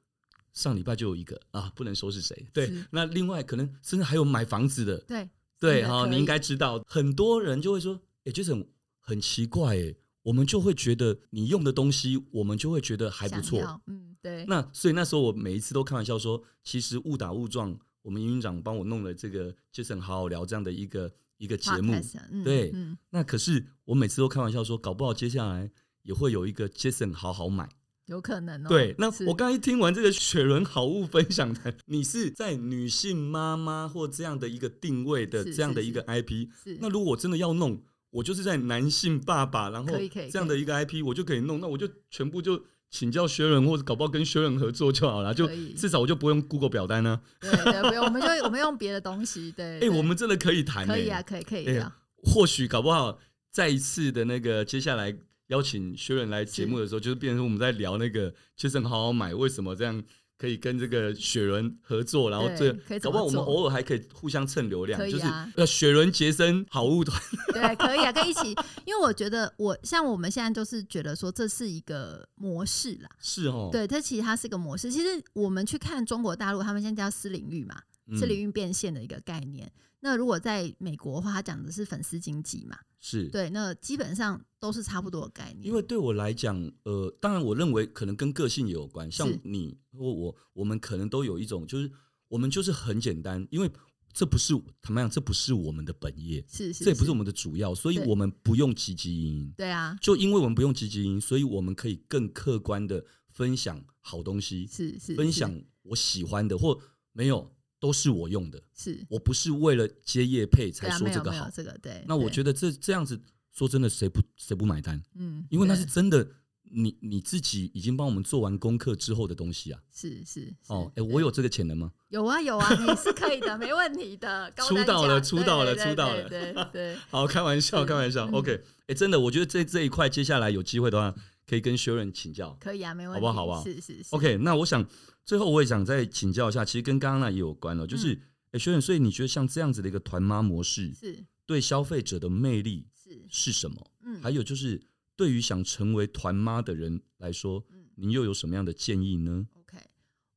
上礼拜就有一个啊，不能说是谁。对
是，
那另外可能甚至还有买房子的，
对
对
真的
哈、
可
你
以
应该知道，很多人就会说，哎、j a s o n 很奇怪哎、我们就会觉得你用的东西，我们就会觉得还不
想
错，
要嗯对
那所以那时候我每一次都开玩笑说，其实误打误撞，我们营运长帮我弄了这个 Jason 好好聊这样的一个一个节目。
Podcast，嗯
对
嗯
那可是我每次都开玩笑说，搞不好接下来也会有一个 Jason 好好买。
有可能哦
对，那
是
我刚才听完这个雪伦好物分享的，你是在女性妈妈或这样的一个定位的
是
这样的
是
一个
是
IP，
是
那如果我真的要弄，我就是在男性爸爸，然后
可以可以
这样的一个 IP，我就可以弄，那我就全部就请教学人，或者搞不好跟学人合作就好了，就
可以
至少我就不用 Google 表单呢、
对对不用我们就我们用别的东西
啊。
对
哎、
对
我们真的可以谈、欸，
可以啊可以可以
哎
聊
呀或许搞不好再一次的那个接下来邀请学人来节目的时候，就是变成我们在聊那个杰森好好买为什么这样。可以跟这个雪伦合作，然后
对
这
可以
搞
怎么
不好我们
做
偶尔还可以互相蹭流量，
可以
就是
啊
呃雪伦杰森好物团，
对可以啊可以一起，因为我觉得我像我们现在就是觉得说这是一个模式啦。
是哦，，
对，它其实它是一个模式。其实我们去看中国大陆，他们现在叫私领域嘛，
嗯
私领域变现的一个概念。那如果在美国的话，它讲的是粉丝经济嘛，
是
对，那基本上都是差不多的概念。
因为对我来讲，呃，当然我认为可能跟个性也有关，像
是
你或我，我们可能都有一种，就是我们就是很简单，因为这不是坦白讲，这不是我们的本业，
是是，
这也不是我们的主要，所以
对
我们不用积极营营。
对啊，
就因为我们不用积极营营，所以我们可以更客观的分享好东西，
是是
分
是
享我喜欢的或没有都是我用的，
是，
我不是为了接业配
对
才
啊，
说
没
这
有
个
没有
好。
这个对。
那我觉
得，
得这这样子说真的，谁不谁不买单？
嗯，
因为那是
对
真的，你你自己已经帮我们做完功课之后的东西啊。
是是
哦，哎、
是
我
对
有这个潜能吗？
有啊有啊，你是可以的，没问题的。高
出
单
道了
价
出
对
道了
对
出
对
道
对
了
对对
好，开玩笑，
是
开玩笑。
嗯
OK，哎、真的，我觉得这这一块接下来有机会的话，可以跟 Sharon 请教。
可以啊，没问
好
题，
不好好不好
是是是
OK，那我想最后我也想再请教一下，其实跟刚刚那也有关了，就是哎、s h a r o n 所以你觉得像这样子的一个团妈模式，
嗯是
对消费者的魅力
是，
是什么？
嗯，
还有就是对于想成为团妈的人来说，
嗯
您又有什么样的建议呢？
OK，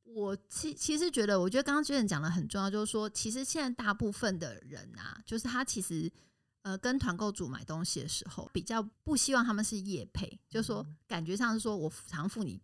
我其其实觉得，我觉得刚刚 j a 讲的很重要，就是说，其实现在大部分的人啊，就是他其实呃跟团购主买东西的时候，比较不希望他们是业配，就是说感觉上是说我常付你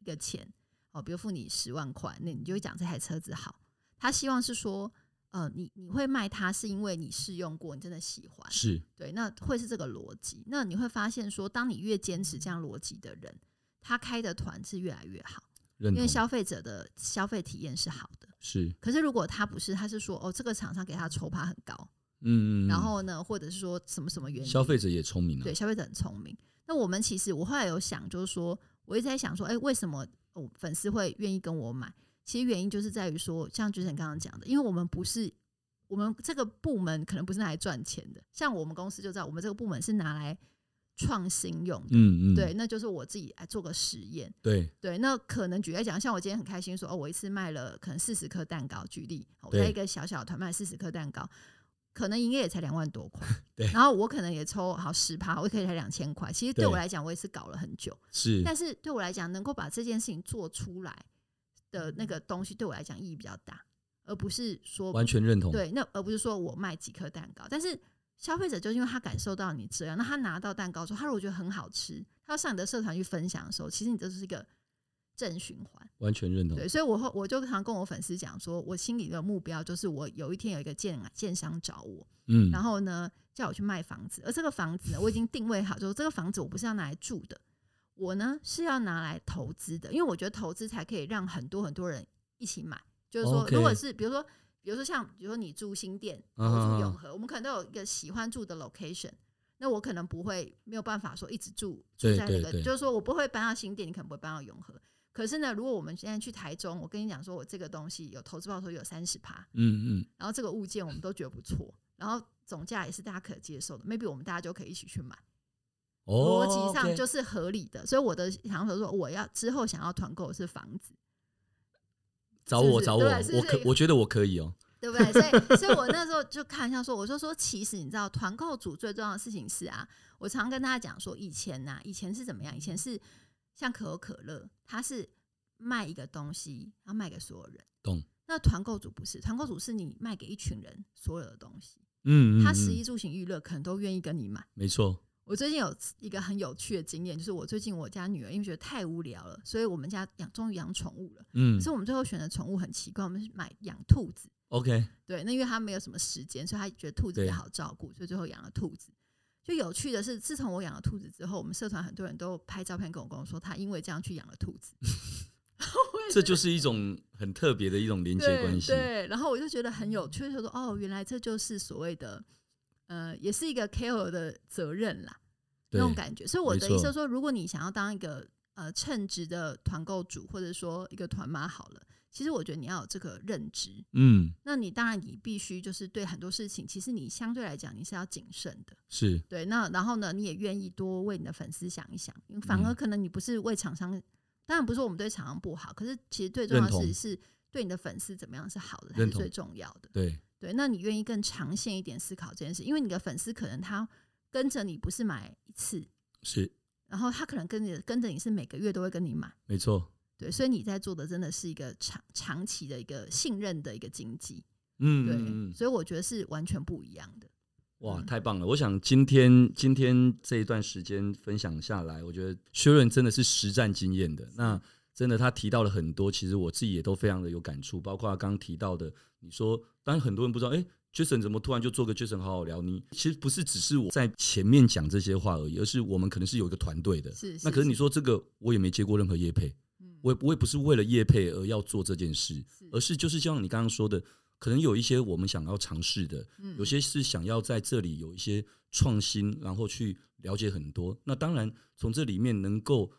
一个钱哦，比如付你十万块，那你就会讲这台车子好。他希望是说，呃，你你会卖它是因为你试用过，你真的喜欢，
是
对，那会是这个逻辑。那你会发现说，当你越坚持这样逻辑的人，他开的团是越来越好。
认
因为
同，
消费者的消费体验是好的。
是嗯
可是如果他不是，他是说哦，这个厂商给他抽趴很高，
嗯嗯，嗯
然后呢，或者是说什么什么原因，
消费者也聪明啊，
对消费者很聪明。那我们其实我后来有想，就是说我一直在想说，哎、为什么哦粉丝会愿意跟我买？其实原因就是在于说，像主持人刚刚讲的，因为我们不是我们这个部门可能不是拿来赚钱的，像我们公司就知道，我们这个部门是拿来创新用的。
嗯嗯，
对，那就是我自己来做个实验。
对
对，那可能举例来讲，像我今天很开心说，哦，我一次卖了可能四十颗蛋糕，举例，哦我
对
在一个小小的团卖四十颗蛋糕，可能营业也才两万多块，
对
然后我可能也抽好十趴，我可以才两千块，其实对我
对
来讲，我也是搞了很久，
是，
但是对我来讲，能够把这件事情做出来的那个东西，对我来讲意义比较大，而不是说
完全认同，
对，那而不是说我卖几颗蛋糕，但是消费者就是因为他感受到你这样，那他拿到蛋糕之后，他如果觉得很好吃，他要上你的社团去分享的时候，其实你这是一个正循环。
完全认同
对，，所以我后我就常跟我粉丝讲说，我心里的目标就是我有一天有一个建建商找我，
嗯，
然后呢叫我去卖房子，而这个房子呢，我已经定位好，就是这个房子我不是要拿来住的，我呢是要拿来投资的，因为我觉得投资才可以让很多很多人一起买。就是说，
OK
如果是比如说，比如说像比如说你住新店，
嗯
我
嗯嗯
住永和，我们可能都有一个喜欢住的 location。那我可能不会没有办法说一直住住
对
在那
对
个，
对
就是说我不会搬到新店，你可能不会搬到永和。可是呢，如果我们现在去台中，我跟你讲说，我这个东西有投资报酬有三十趴，
嗯嗯，
然后这个物件我们都觉得不错，然后总价也是大家可接受的，maybe 我们大家就可以一起去买，
哦，
逻辑上
OK
就是合理的。所以我的想法说，我要之后想要团购的是房子，
找
是不
我
是
找
对
我，
是不
我
是
可我觉得我可以哦，
对不对？所以，所以我那时候就看一下说，我就说，其实你知道，团购组最重要的事情是啊，我常跟大家讲说，以前呐、啊以前是怎么样？以前是像可口可乐，它是卖一个东西，然后卖给所有人。
懂，
那团购组不是，团购组是你卖给一群人所有的东西，
嗯嗯，
他
嗯
食衣住行娱乐可能都愿意跟你买。
没错，
我最近有一个很有趣的经验，就是我最近我家女儿因为觉得太无聊了，所以我们家养终于养宠物了。
嗯
可是我们最后选的宠物很奇怪，我们是买养兔子。
，OK，
对，那因为她没有什么时间，所以她觉得兔子
对
比较好照顾，所以最后养了兔子。就有趣的是，自从我养了兔子之后，我们社团很多人都拍照片跟我跟我说，他因为这样去养了兔子，
这就是一种很特别的一种连接关
对
系，
对。然后我就觉得很有趣，就说哦，原来这就是所谓的，呃，也是一个 KOL 的责任啦。那种感觉。所以我
没
的意思
错
是说，如果你想要当一个呃称职的团购主，或者说一个团妈好了，其实我觉得你要有这个认知。
嗯，
那你当然你必须就是对很多事情，其实你相对来讲你是要谨慎的。
是
对，那然后呢，你也愿意多为你的粉丝想一想，因为反而
嗯
可能你不是为厂商，当然不是说我们对厂商不好，可是其实最重要
认
的是
同
是对你的粉丝怎么样是好的才
认
是
同
最重要的。
对，
对，那你愿意更长线一点思考这件事，因为你的粉丝可能他跟着你不是买一次，
是
然后他可能跟着跟着你是每个月都会跟你买，
没错，
对，所以你在做的真的是一个长长期的一个信任的一个经济，
嗯
对，
嗯嗯，
所以我觉得是完全不一样的。
哇，
嗯
太棒了！我想今天今天这一段时间分享下来，我觉得薛润真的是实战经验的。那真的他提到了很多，其实我自己也都非常的有感触，包括刚刚提到的，你说，当然很多人不知道，哎、j a s o n 怎么突然就做个 Jason 好好聊？你其实不是只是我在前面讲这些话而已，而是我们可能是有一个团队的。
是
那可是你，说这个，我也没接过任何业配，
嗯
我也我也不是为了业配而要做这件事，
是
而是就是像你刚刚说的，可能有一些我们想要尝试的，
嗯
有些是想要在这里有一些创新，然后去了解很多。那当然，从这里面能够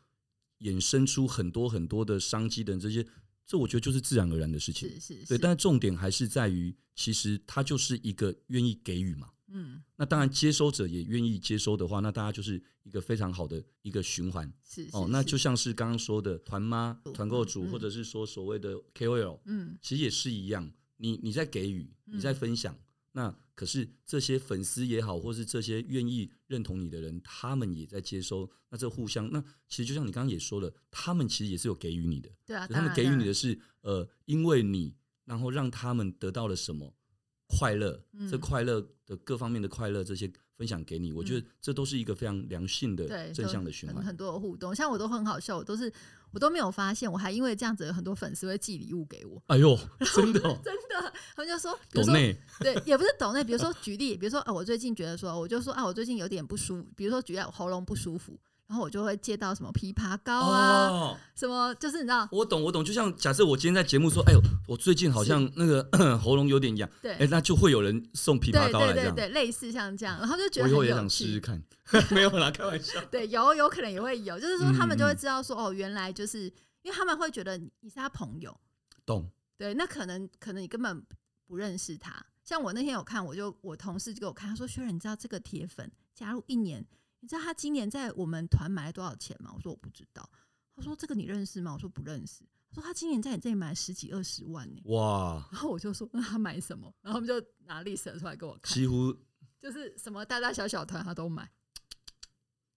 衍生出很多很多的商机的这些，这我觉得就是自然而然的事情
是。是
对，
是，
但是重点还是在于，其实它就是一个愿意给予嘛。
嗯
那当然，接收者也愿意接收的话，那大家就是一个非常好的一个循环。
是
哦
是，
那
是
就像是刚刚说的团妈、
嗯
团购主，
嗯
或者是说所谓的 KOL，
嗯
其实也是一样。你你在给予，你在分享，那可是这些粉丝也好，或是这些愿意认同你的人，他们也在接收。那这互相，那其实就像你刚刚也说了，他们其实也是有给予你的，
对啊，
他们
当然
给予你
当
的
然
是呃，因为你，然后让他们得到了什么快乐，这
嗯
快乐的各方面的快乐，这些分享给你，我觉得这都是一个非常良性的
对
正
都
向的循
很
环
很。多的互动，像我都很好笑，我都是我都没有发现，我还因为这样子，有很多粉丝会寄礼物给我，
哎呦，真的、 哦，
真的，他们就说，比
抖
如说
内
对，也不是抖内，比如说举例，比如说啊，我最近觉得说，我就说啊，我最近有点不舒服，比如说举例我喉咙不舒服，然后我就会借到什么枇杷膏啊，
哦，
什么就是你知道，
我懂，我懂。就像假设我今天在节目说，哎呦，我最近好像那个 喉咙有点痒，
对，
哎、那就会有人送枇杷
对
膏来
对
这
对
样。
对，类似像这样，然后就觉
我
得
以后
很
也
有
想试试
趣。
看， 没有啦，开玩笑。
对，有有可能也会有，就是说他们就
嗯
会
嗯
知道说，哦，原来就是因为他们会觉得你你是他朋友，
懂，
对，那可能可能你根本不认识他。像我那天有看，我就我同事就给我看，他说：“薛仁，你知道这个铁粉加入一年，你知道他今年在我们团买了多少钱吗？”我说：“我不知道。”他说：“这个你认识吗？”我说：“不认识。”他说：“他今年在你这里买了十几二十万呢、
哇，
然后我就说：“那他买什么？”然后他们就拿 list 出来给我看，
几乎
就是什么大大小小团他都买。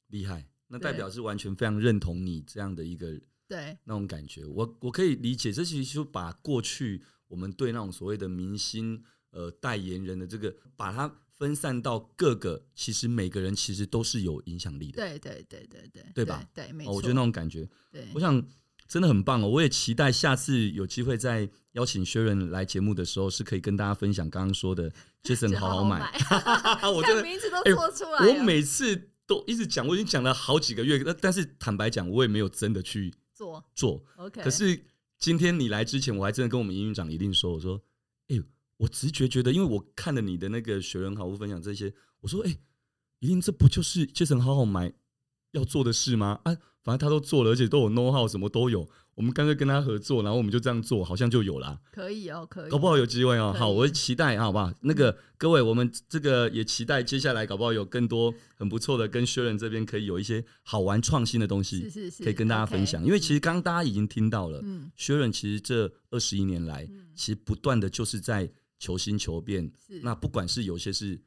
厉害。那
对
代表是完全非常认同你这样的一个
对，
那种感觉，我我可以理解，这其实就把过去我们对那种所谓的明星呃代言人的这个，把它分散到各个，其实每个人其实都是有影响力的，
对，对，对，对，对，
对吧？
对，没
哦，
错。
我觉得那种感觉，
对
我，想真的很棒哦。我也期待下次有机会再邀请薛仁来节目的时候，是可以跟大家分享刚刚说 的 Jason
就
好
好
买，
买，
我真
看
的
名字都
哎
做出来哦了。
我每次都一直讲，我已经讲了好几个月，但但是坦白讲，我也没有真的去
做
做。
OK，
可是今天你来之前，我还真的跟我们营运长一定说，我说，哎、我直觉觉得，因为我看了你的那个学人好物分享这些，我说，哎、一定这不就是杰森好好买要做的事吗？啊，反正他都做了，而且都有 know how，什么都有，我们干脆跟他合作，然后我们就这样做，好像就有啦。
可以哦，可以，
搞不好有机会哦。
可以嗯
好，我期待，好不好？那个各位，我们这个也期待接下来，搞不好有更多很不错的跟薛仁这边可以有一些好玩创新的东
是
西，
是是，
可以跟大家
OK
分享。因为其实刚刚大家已经听到了，
嗯，
薛仁其实这二十一年来，
嗯
其实不断的就是在求新求变。
是
那不管是有些是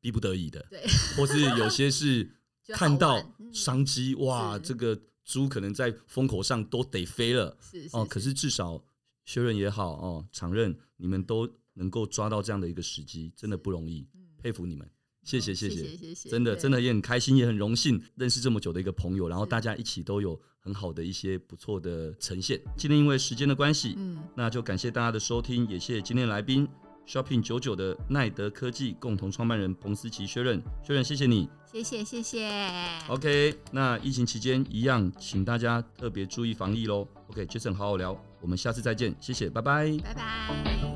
逼不得已的，
对，
或是有些 是
觉得好
看到
玩嗯
商机，哇，
是
这个猪可能在风口上都得飞了。
是
哦，可是至少薛润也好哦，常任你们都能够抓到这样的一个时机，真的不容易，
嗯
佩服你们，谢谢
哦
谢
谢
谢，
谢谢，
真的
对
真的也很开心，也很荣幸认识这么久的一个朋友，然后
是
大家一起都有很好的一些不错的呈现。今天因为时间的关系，
嗯，
那就感谢大家的收听，也谢谢今天的来宾 Shopping 九九的奈德科技共同创办人彭思琪薛润，薛润谢谢你。
谢谢谢谢，
OK，那疫情期间一样，请大家特别注意防疫喽。OK，Jason、好好聊，我们下次再见，谢谢，拜拜。
拜拜。